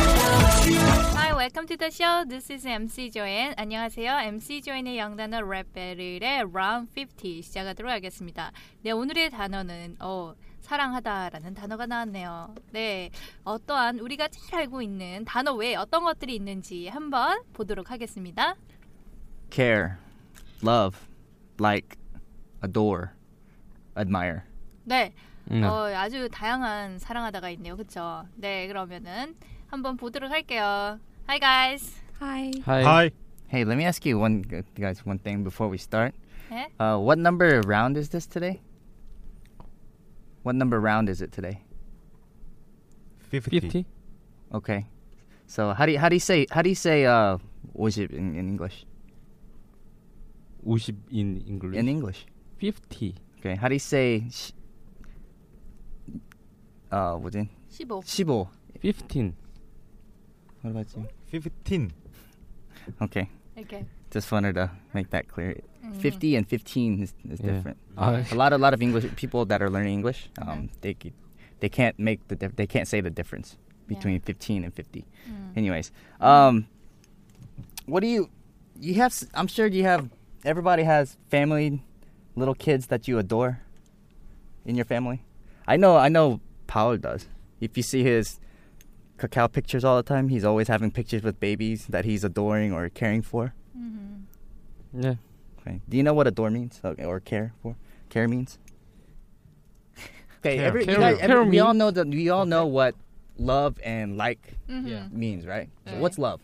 Hi, welcome to the show. This is MC Joanne. 안녕하세요. MC Joanne의 영단어 랩 배틀의 라운드 50 시작하도록 하겠습니다. 네, 오늘의 단어는 어, 사랑하다라는 단어가 나왔네요. 네, 어떠한 우리가 잘 알고 있는 단어 외에 어떤 것들이 있는지 한번 보도록 하겠습니다. care, love, like, adore, admire. 네, 음. 어, 아주 다양한 사랑하다가 있네요. 그렇죠? 네, 그러면은 한번 보도록 할게요. Hi guys. 하이 Hi. Hey, let me ask you one gu- guys one thing before we start. 네? Uh, what number round is this today? What number round is it today? 50? Okay. So how do you, how do you say how do you say uh 50 in, in English? 50 in English. In English. 50. Okay. How do you say sh- uh 뭐지? 15. 15. 15. What about you? 15. Okay. 이렇게. 음. Just wanted to make that clear. Mm. 50 and 15 is, is Yeah. different. 아, a lot a lot of English people that are learning English, um, they c- they can't make the dif- they can't say the difference between 15 and 50. Mm-hmm. 음. Anyways, um, what do you you have? s- I'm sure you have. Everybody has family, little kids that you adore. In your family, I know I know Paul does. If you see his cacao pictures all the time, he's always having pictures with babies that he's adoring or caring for. yeah. Okay. Do you know what adore means or, or care for? Care means. Okay, Care. every, you Care. guys- every- Care we all mean- know that we all know what love and like 음. Yeah. means, right? So Right. what's love?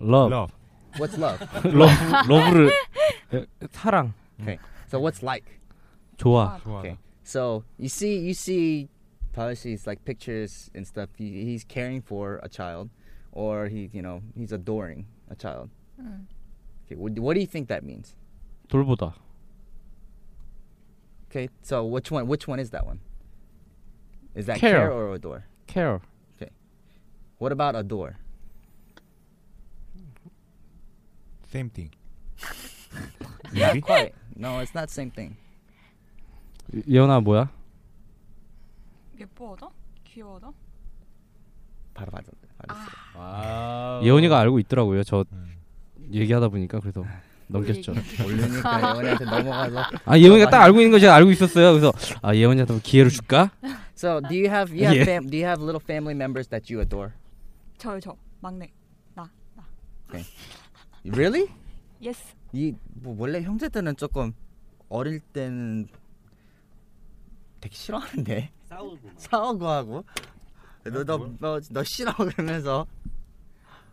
Love. Love. What's love? Love. love를 에, 사랑. okay. So what's like? 좋아. 좋아하다. Okay. So you see, you see, probably sees like pictures and stuff. He, he's caring for a child, or he, you know, he's adoring a child. Hmm. Okay. What, what do you think that means? 돌보다. Okay. So which one? Which one is that one? Is that Care. care or adore? care. What about adore? Same thing. Not quite. No, it's not same thing. 예언아 뭐야? 예뻐하다? 귀여워하다? 바로 맞았, 맞았어요. 예언이가 알고 있더라고요. 저 얘기하다 보니까 음. 아, 그래서 넘겼죠. 모르니까 예원이한테 넘어가서. 아 예언이가 딱 알고 있는 거 제가 알고 있었어요. 그래서 아 예언이한테 뭐 기회를 줄까? So, do you have you have Yeah. fam- do you have little family members that you adore? 저요 저 막내 나 나. Really? 예스. 이뭐 원래 형제들은 조금 어릴 때는 되게 싫어하는데 싸우고 싸우고 하고 너너너 너 싫어 그러면서.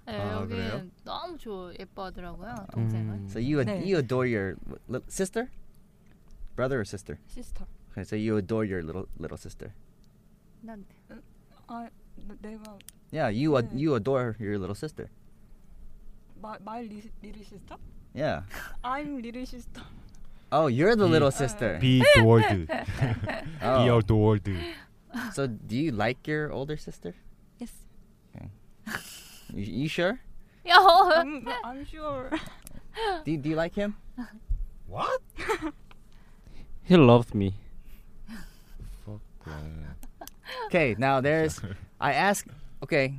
네, 아, 여기 그래요? 너무 좋아 예뻐하더라고요 동생을. So you ad- 네. you adore your little sister, brother or sister? 시스터. Okay, so you adore your little little sister. 난 아 나- 내가 Yeah, you ad- 네. you adore your little sister. 마, my li- little sister? Yeah. I'm little sister. Oh, you're the little Be- sister. Be adored. Be Oh. adored. So, do you like your older sister? Yes. You, you sure? 야, 어, 음, I'm, I'm sure. Do, do you like him? What? He loves me. Fuck. man. Okay, now there's. I ask. Okay.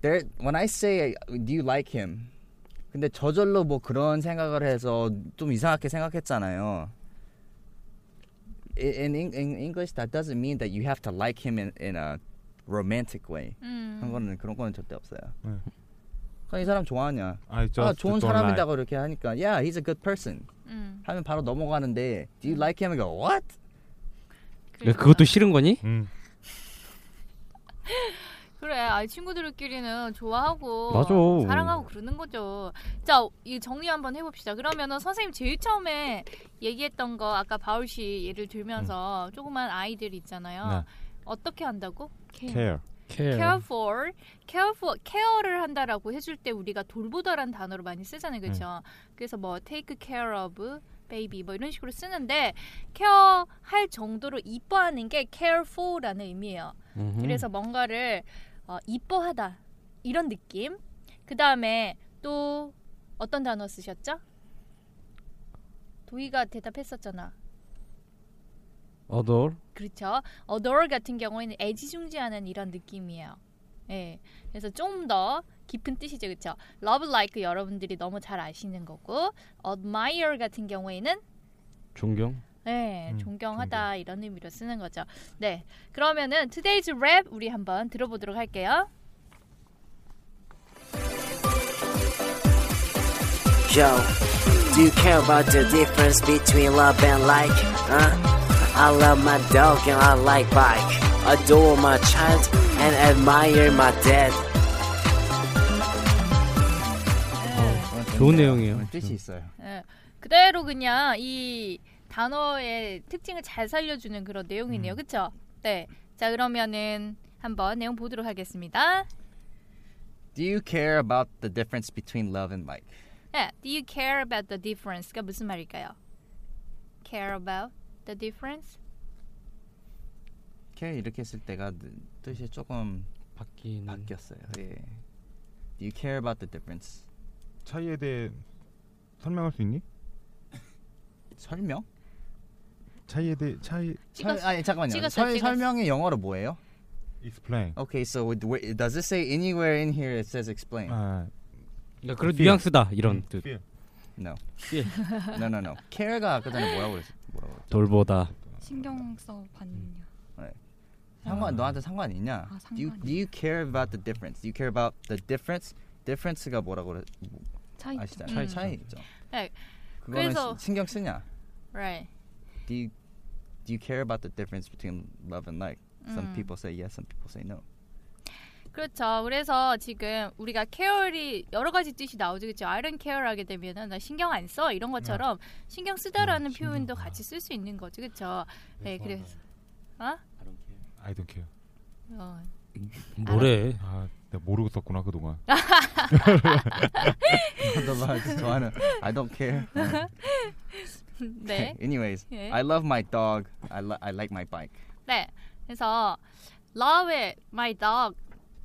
There. When I say, uh, do you like him? 근데 저절로 뭐 그런 생각을 해서 좀 이상하게 생각했잖아요. In, in, in English, that doesn't mean that you have to like him in, in a romantic way. 음. 한국은 그런 거는 절대 없어요. 네. 그냥 이 사람 좋아하냐? I just 아 좋은 don't like. 사람이다고 이렇게 하니까 yeah he's a good person 음. 하면 바로 넘어가는데 do you like him? I go what? 야, 네, 그것도 싫은 거니? 음. 그래, 아 친구들끼리는 좋아하고 맞아. 사랑하고 그러는 거죠. 자, 이 정리 한번 해봅시다. 그러면은 선생님 제일 처음에 얘기했던 거 아까 바울 씨 예를 들면서 조그만 아이들 있잖아요. 어떻게 한다고? care. 예. care for, care for, care를 한다라고 해줄 때 우리가 돌보다라는 단어를 많이 쓰잖아요, 그렇죠? 그래서 뭐 take care of baby 뭐 이런 식으로 쓰는데 care 할 정도로 이뻐하는 게 care for라는 의미예요. 음흠. 그래서 뭔가를 어, 이뻐하다 이런 느낌. 그 다음에 또 어떤 단어 쓰셨죠? 도희가 대답했었잖아. 어덜 그렇죠. adore 같은 경우에는 애지중지하는 이런 느낌이에요. 예. 그래서 좀 더 깊은 뜻이죠. 그렇죠? love like 여러분들이 너무 잘 아시는 거고 admire 같은 경우에는 존경. 네, 음, 존경하다 이런 의미로 쓰는 거죠. 네. 그러면은 today's rap 우리 한번 들어보도록 할게요. Yo, do you care about the difference between love and like? Huh? I love my dog and I like bike. Adore my child and admire my dad. 좋은 내용이에요. 음. 오늘 뜻이 있어요. 예, 그대로 그냥 이 단어의 특징을 잘 살려주는 그런 내용이네요. 그렇죠? 네. 자, 그러면은 한번 내용 보도록 하겠습니다. Do you care about the difference between love and like? 네, do you care about the difference가 그러니까 무슨 말일까요? care about the difference? care 이렇게 쓸 때가 뜻이 조금 바뀌는. 바뀌었어요. 예. Do you care about the difference? 차이에 대해 설명할 수 있니? 설명? 차이에 대해 차이 설, 찍었- 아니 잠깐만요. 찍었어, 설, 찍었어. 설명이 영어로 뭐예요? explain. Okay, so with- where- does it say anywhere in here it says explain? 아, 그러니까 그런 feel. 뉘앙스다 이런 뜻. feel. No. 예. no, no, no. care가 아까 전에 뭐라고 그랬어? 뭐라고 그랬죠? 돌보다. 신경 써 봤냐? 상관 너한테 상관 있냐? 아, do you 상관이야. do you care about the difference? Do you care about the difference? difference가 뭐라고 그래? 차이. 아시잖아요. 차이, 차이 있죠. 네. 그거는 그래서- 시- 신경 쓰냐? Right. Do you do you care about the difference between love and like? Some people say yes, some people say no. 그렇죠. 그래서 지금 우리가 케어리 여러 가지 뜻이 나오죠. 그렇죠. 아이런 케어를 하게 되면은 나 신경 안 써. 이런 것처럼 네. 신경 쓰다라는 표현도 같이 쓸 수 있는 거죠. 그렇죠. 네, 그래서 어? I don't care. 어. 뭐래? 아, 내가 모르고 썼구나 그동안. 너 봐, 좋아하는. I don't care. 네. Anyways, 예. I love my dog. I lo- I like my bike. 네. 그래서 love my dog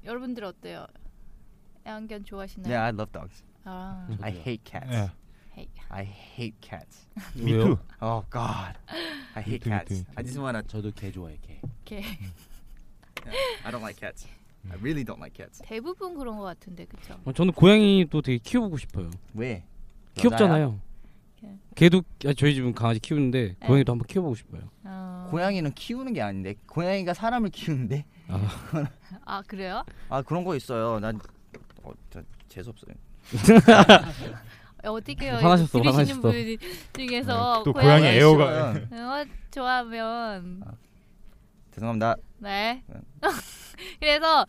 여러분들 어때요? 애완견 좋아하시나요? Yeah, I love dogs. 아. I hate cats. Yeah. Hey. I hate cats. Me 왜요? too. Oh God, I hate too, me cats. too, me I just wanna. 저도 개 좋아해 개. 이렇게 I don't like cats. I really don't like cats. 대부분 그런 것 같은데. 그렇죠. 어, 저는 고양이도 되게 키워보고 싶어요. 왜? 귀엽잖아요. 예. 걔도 아, 저희 집은 강아지 키우는데 예. 고양이도 한번 키워보고 싶어요. 어. 고양이는 키우는 게 아닌데 고양이가 사람을 키우는데 아, 그래요? 아 그런 거 있어요. 난 어, 저 재수 없어요. 어떻게요? 화나셨어, 들으시는 화나셨어. 분 중에서 네, 또 고양이 고양이 에어가- 싫어요. 어, 좋아하면 죄송합니다. 네. 그래서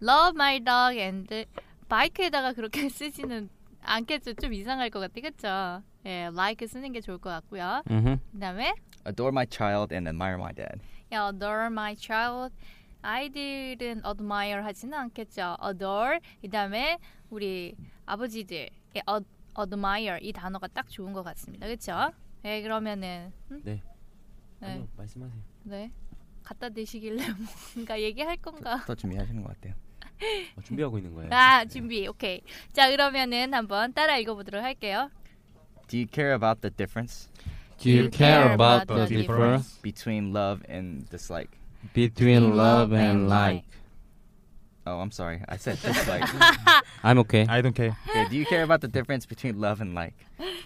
love my dog and 바이크에다가 그렇게 쓰지는 않겠죠. 좀 이상할 것 같아, 그렇죠? 예, like 쓰는 게 좋을 것 같고요. 음흠. 그다음에 Adore my child and admire my dad. 야, adore my child. 아이들은 admire 하지는 않겠죠. adore. 그다음에 우리 아버지들 예, ad- admire 이 단어가 딱 좋은 것 같습니다. 그렇죠? 예, 그러면은 음? 네. 네. 아니요, 말씀하세요. 네. 갖다 대시길래 뭔가 얘기할 건가? 또 준비하시는 것 같아요. 어, 준비하고 있는 거예요. 아 준비 오케이. 자 그러면은 한번 따라 읽어보도록 할게요. Do you care about the difference Do you care about the difference between love and dislike? between love and like? Oh, I'm sorry. I said dislike. I'm okay. I don't care. okay, do you care about the difference between love and like?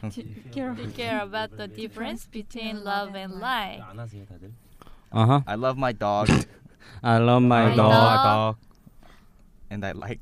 Do you care about the difference between love and like? 안 하세요 다들? 아하. I love my dog. Uh-huh. I love my My dog. dog. and I like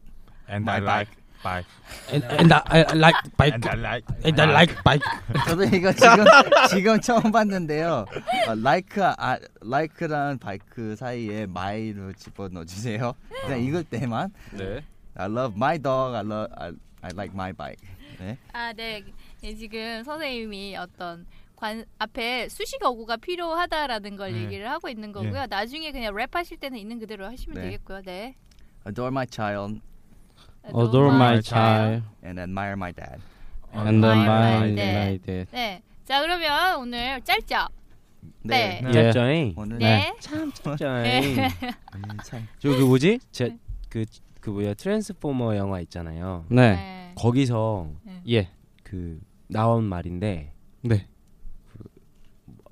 And My I like bike. And, and I, I like And bike. I like. And I like bike. 저도 이거 지금 지금 처음 봤는데요. 어, like 아, like랑 bike 사이에 my로 집어 넣어 주세요. 그냥 읽을 때만 네. I love my dog. I love I, I like my bike. 네. 아, 네. 예, 지금 선생님이 어떤 관 앞에 수식 어구가 필요하다라는 걸 네. 얘기를 하고 있는 거고요. 예. 나중에 그냥 랩하실 때는 있는 그대로 하시면 네. 되겠고요. 네. Adore my child Adore my child. child and admire my dad. and Adore my my dad. my dad. 네. 자, 그러면 오늘 짧죠? 네. 네. 예. 짜잉. 오늘 네. 짜잉. 음, 참 저그 뭐지? 제그그 뭐야 트랜스포머 영화 있잖아요. 네. 네. 거기서 예. 그 나온 말인데 네.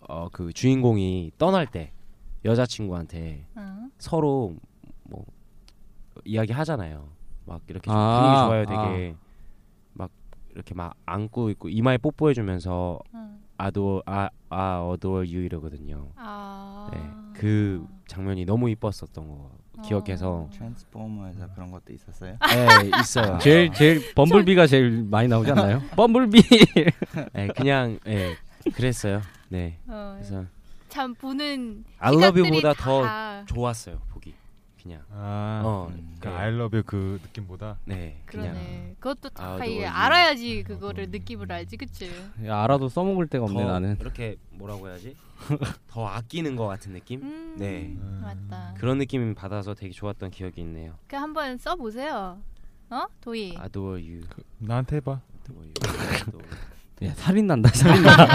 어 그 주인공이 떠날 때 여자친구한테 응. 서로 뭐 이야기 하잖아요. 막 이렇게 좀 아, 분위기 좋아요, 되게 막 이렇게 막 안고 있고 이마에 뽀뽀해 주면서 응. 아도 아아 어도어 유 이러거든요. 아. 네, 그 장면이 너무 이뻤었던 거 기억해서 트랜스포머에서 그런 것도 있었어요. 네, 있어요. 제일 제일 범블비가 제일 많이 나오지 않나요? 범블비. 네, 그냥 예 그랬어요. 네, 어, 그래서 참 보는 I Love 시각들이 You보다 더 다 좋았어요 보기. 그냥 아, 어, 그 네, I love you 그 느낌보다 네, 그냥 그러네. 그것도 다 아, 음. 너 이게 이거- 알아야지 그거를 느낌을 알지, 그치? 야, 알아도 써먹을 데가 없네 더 나는. 이렇게 뭐라고 해야지? 더 아끼는 것 같은 느낌? 음, 네. 맞다. 그런 느낌 받아서 되게 좋았던 기억이 있네요. 그 한번 써보세요. 어? 도희. Adore you. 그, 나한테 해봐. Adore you. Adore you. 야, 살인 난다. 살인 난다.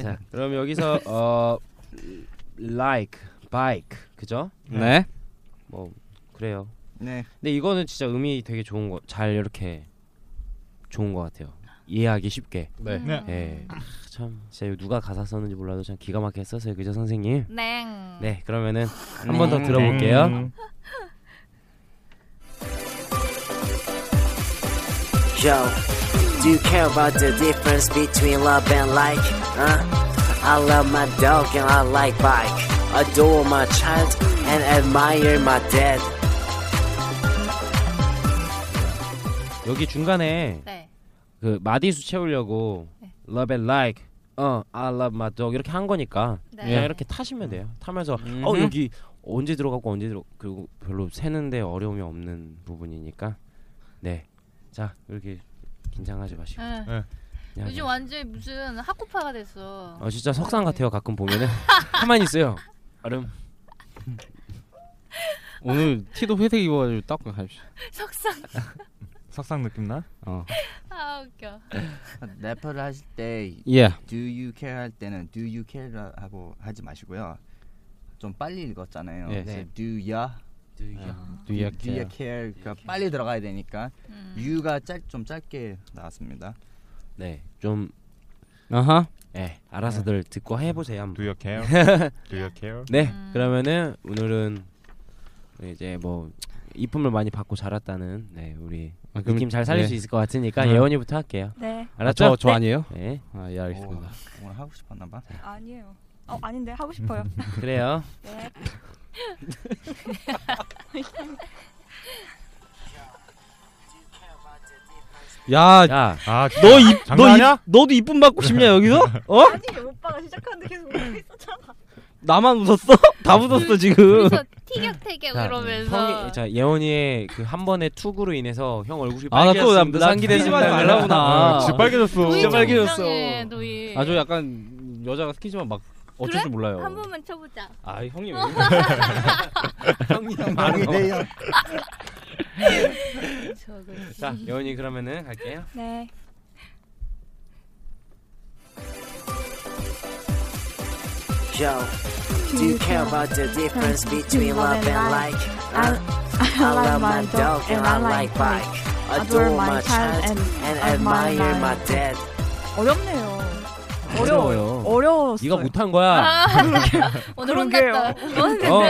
자, 그럼 여기서 어 like, bike, 그죠? 네. 뭐 그래요. 네. 근데 이거는 진짜 의미 되게 좋은 거, 잘 이렇게 좋은 것 같아요. 이해하기 쉽게. 네. 네. 예. 아, 참, 진짜 이거 누가 가사 썼는지 몰라도 참 기가 막히게 썼어요, 그죠 선생님? 냉. 네, 그러면은 네. 한 번 더 들어볼게요. Yo, do you care about the difference between love and like? Huh? I love my dog and I like bike. Adore my child and admire my dad. 여기 중간에 네. 그 마디수 채우려고 love and like 어 I love my dog 이렇게 한 거니까 네. 그냥 이렇게 타시면 돼요 타면서 어 여기 언제 들어가고 언제 들어 그리고 별로 세는데 어려움이 없는 부분이니까 네자 이렇게 긴장하지 마시고 응. 그냥 아, 요즘 완전 무슨 학구파가 됐어. 네, 어 진짜 석상 같아요 가끔 보면은 가만히 있어요 얼음 오늘 티도 회색 입어가지고 닦고 가십시오. 석상. 석상 느낌 나? 어. 아 웃겨. 래퍼를 하실 때 예. do you care 할 때는 do you care 하고 하지 마시고요. 좀 빨리 읽었잖아요. 예. 그래서 do ya Do you do you care? care 그러니까 빨리 들어가야 되니까 you가 짧, 좀 짧게 나왔습니다. 네좀 아하. 예, 알아서들 듣고 해보세요 한번. Do you care? Do you care? 네, 음. 그러면은 오늘은 이제 뭐 이쁨을 많이 받고 자랐다는 네 우리 아, 그럼- 느낌 잘 살릴 네. 수 있을 것 같으니까 네. 예원이부터 할게요. 네, 저, 알았죠? 저 아니에요? 네, 아, 예, 어, 알겠습니다. 오, 오늘 하고 싶었나 봐. 아니에요. 어, 아닌데 하고 싶어요. 그래요. 네. 야, 야, 아, 너 이, 너 이, 장난이야? 너도 이쁨 받고 싶냐 여기서? 어? 아니 오빠가 시작하는데 계속 웃고 있었잖아. 나만 웃었어? 다 웃었어 지금. 그래서 티격태격 이러면서. 형이 자 예원이의 그 한 번의 투구로 인해서 형 얼굴이 아, 나 또, 나, 빨개졌습니다. 나 상기되지 삐지 마지 아, 말라구나. 진짜 빨개졌어. 도희 진짜 좀 빨개졌어. 이상해, 도희. 아, 저 약간 여자가 스키지만 막 어쩔 그래? 줄 몰라요. 한 번만 쳐보자. 아, 형님. 형님 망이네요. 저거. 자 예원이 그러면은 갈게요. 네. Yo, do you care about the difference between love and like? Huh? I love my dog and I like bike. Adore my child and admire my dad. 어렵네요. 어려워요. 어려웠어요. 네가 못한 거야. 아, 네. 오늘 그러게요. 혼났다. 오늘 어,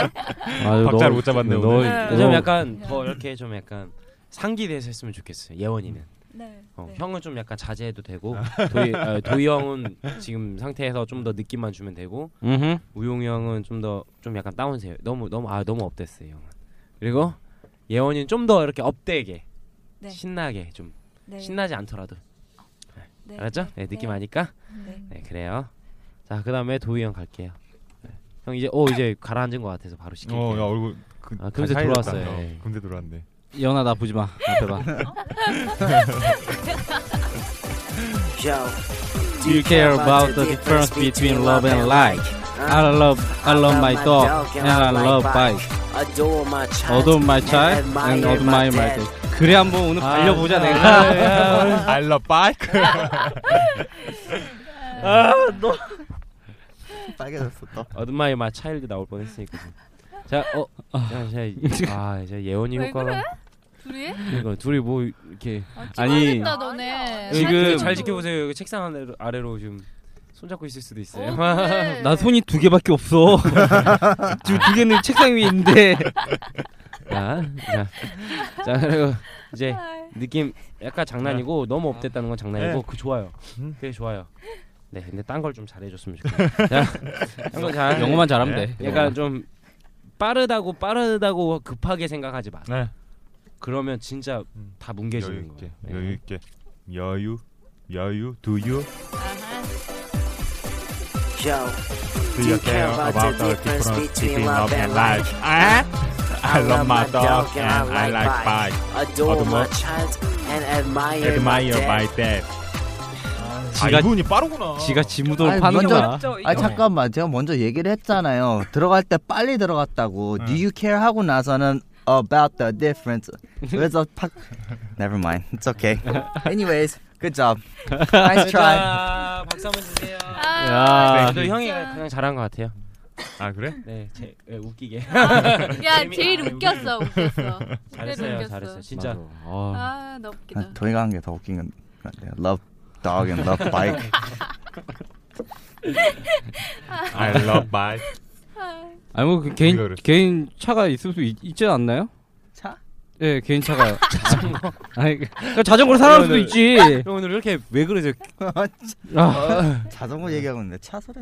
아유, 박자를 못 잡았네, 너, 오늘. 네. 좀 약간 더 이렇게 좀 약간 상기돼서 했으면 좋겠어요. 예원이는. 네. 어, 네. 형은 좀 약간 자제해도 되고 도희, 어, 도희 형은 지금 상태에서 좀 더 느낌만 주면 되고 음. 우용이 형은 좀 더 좀 약간 다운세요. 너무 너무 아 너무 업됐어요 형은. 그리고 예원이는 좀 더 이렇게 업되게 네. 신나게 좀 네. 신나지 않더라도 네. 알았죠? 네, 느낌 아니까. 네. 네 그래요. 자 그다음에 도희 형 갈게요. 네. 형 이제 오 이제 가라앉은 것 같아서 바로 시킬게요. 어, 야 얼굴 그, 네. 아, 금세 잘 살렸다. 돌아왔어요. 어, 예. 금세 돌아왔네. 연아 나 보지 마. 앞에 봐. Yo, Do you care about the difference between love and like? I love I love my dog and I love bike. Adore my child. Adore my child and admire my admire my dad. dad. 그래 한번 오늘 달려보자 내가. I love bike. 빨개졌어 또. 어둠마이 마 차일드 나올 뻔했으니까. 지금. 자, 어, 야, 자, 아, 이제 예원이 왜 효과가 둘이? 이거 둘이 뭐 이렇게 아니 아니, 다 너네. 지금 사진 그 잘 좀- 지켜보세요. 여기 책상 아래로, 아래로 지금 손잡고 있을 수도 어, 있어요. 그래. 나 손이 두 개밖에 없어. 지금 두 개는 책상 위에 있는데. 자, 자, 자 그리고 이제 느낌 약간 장난이고 너무 업됐다는 건 장난이고 네. 그 좋아요. 음. 그게 좋아요. 네, 근데 딴 걸 좀 잘해줬으면 좋겠어요. 자, 한번 잘. 영어만 잘하면 돼. 약간 좀 빠르다고 빠르다고 급하게 생각하지 마. 네. 그러면 진짜 음. 다 여유 뭉개지는 있게. 거예요. 네. 여유 있게. 여유. 여유. Do you 아하. Yo, do you care about the difference between love and like? 아? I love my dog and I like bike. adore my Admire- child and admire, Admire my my dad. dad. 지가- 아, 이분이 빠르구나. 지가 지무도를 아니, 파는구나. 어. 아 잠깐만 제가 먼저 얘기를 했잖아요. 들어갈 때 빨리 들어갔다고. Do you care 하고 나서는 about the difference. 그래서 팍. Never mind. It's okay. Anyways, good job. Nice try. 자, 박수 한번 주세요. 아, 야. 네, 저 형이 가장 잘한 것 같아요. 아, 그래? 네, 제, 예, 웃기게. 야 아, 제일 웃겼어 웃겼어. 제일 잘했어요, 네, 웃겼어. 잘했어요. 진짜 아, 아 너무 아, 웃기다. 도희가 한 게 더 웃긴 건 같아요. Love dog and love bike. I love bike. 아니 뭐그 개인 이거를. 개인 차가 있을 수 있, 있지 않나요? 차? 예, 개인 차가요. 자전거. 아니, 그러니까 자전거로 살아갈 수도 있지. 형 오늘 이렇게 왜 그러세요? 아, 자전거 얘기하고 있는데 차 소리.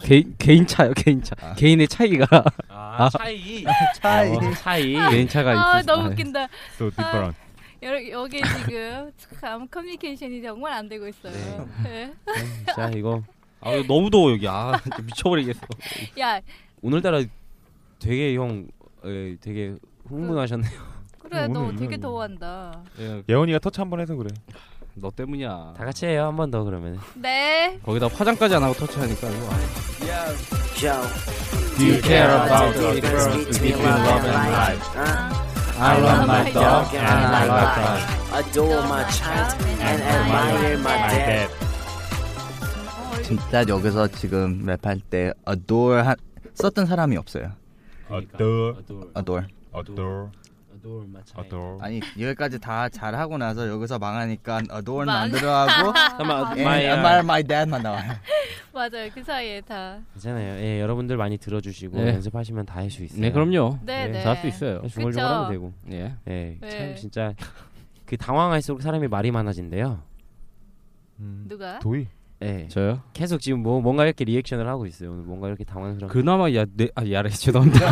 개인 개인 차요, 개인 차. 개인의 차이가 아, 아. 차이. 차이. 어, 차이. 개인 차가 있을 아 수- 너무 아, 웃긴다. So different. 여러 여기 지금 참 커뮤니케이션이 정말 안 되고 있어요. 네. 자, 이거 아, 너무 더워 여기. 아, 진짜 미쳐버리겠어. 네. 야 오늘따라 되게 형 에, 되게 흥분하셨네요. 그래 너 오늘 되게 이거- 더워한다. 예, 예원이가 터치 한번 해서 그래. 너 때문이야. 다 같이 해요. 한 번 더 그러면. 네. 거기다 화장까지 안 하고 터치하니까 이거. 아, Yo, Do you care about the difference between love and like? uh, I love my dog and I love bike. adore my child and admire 네. my My dad. dad. 진짜 여기서 지금 랩할 때 adore 한, 썼던 사람이 없어요. Adore. adore, adore. Adore. adore my child. Adore. 아니 여기까지 다 잘하고 나서 여기서 망하니까 adore는 안 들어가고 아, 잠깐만, and my, uh, admire my dad만 나와요. 맞아요 그 사이에 다. 괜찮아요. 예, 여러분들 많이 들어주시고 네. 연습하시면 다 할 수 있어요. 네, 그럼요. 네, 네, 네. 잘할 수 있어요. 중얼중얼 그쵸. 하면 되고. 예. 예, 네. 참 진짜 그 당황할수록 사람이 말이 많아진대요. 음. 누가? 도희. 예. 저요. 계속 지금 뭐 뭔가 이렇게 리액션을 하고 있어요. 오늘 뭔가 이렇게 당황스러운. 그나마 야, 네, 아, 야래 죄송합니다.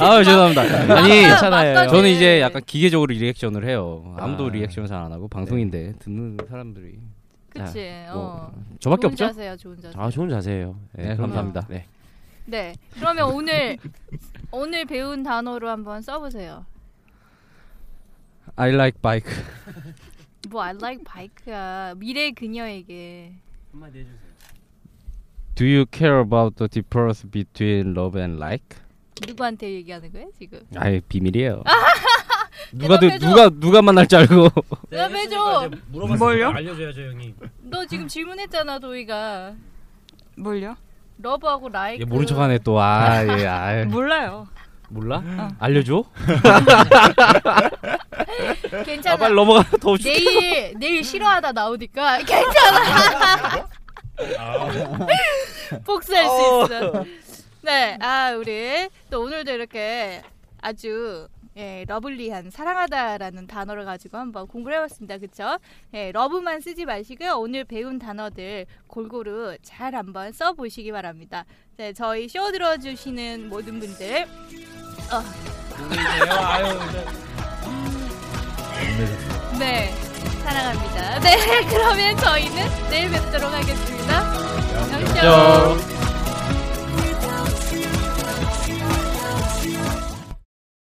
아, 죄송합니다. 아니, 괜찮아요. 맞다, 저는 네. 이제 약간 기계적으로 리액션을 해요. 그 아무도 네. 아. 리액션 잘 안 하고 방송인데 듣는 사람들이 그치. 뭐, 어. 저밖에 좋은 없죠? 자세요 좋은 자세. 아 좋은 자세예요. 예, 네, 그럼요. 감사합니다. 네. 네. 그러면 오늘 오늘 배운 단어로 한번 써보세요. I like bike. 뭐 I like bike야 미래 그녀에게. Do you care about the difference between love and like? 누구한테 얘기하는 거예요 지금? 아예 비밀이에요. 누가 들- 대답해줘. 누가 누가 만날 줄 알고 대답해줘. 뭘요? 알려줘야죠 형님. 너 지금 질문했잖아 도희가. 뭘요? 러브하고 라이크. 얘 모른 척하네 그 또. 아, 예, 아. 몰라요. 몰라? 알려줘. 아, 괜찮아. 빨리 넘어가. 더워 죽. 내일 내일 싫어하다 나오니까 괜찮아. 복수할 수 있어. 네, 아 우리 또 오늘도 이렇게 아주 예, 러블리한 사랑하다라는 단어를 가지고 한번 공부를 해봤습니다. 그쵸? 예, 러브만 쓰지 마시고요. 오늘 배운 단어들 골고루 잘 한번 써보시기 바랍니다. 네, 저희 쇼 들어주시는 모든 분들 누구세요? 아유, 네, 사랑합니다. 네, 그러면 저희는 내일 뵙도록 하겠습니다. 저... 안녕. 저...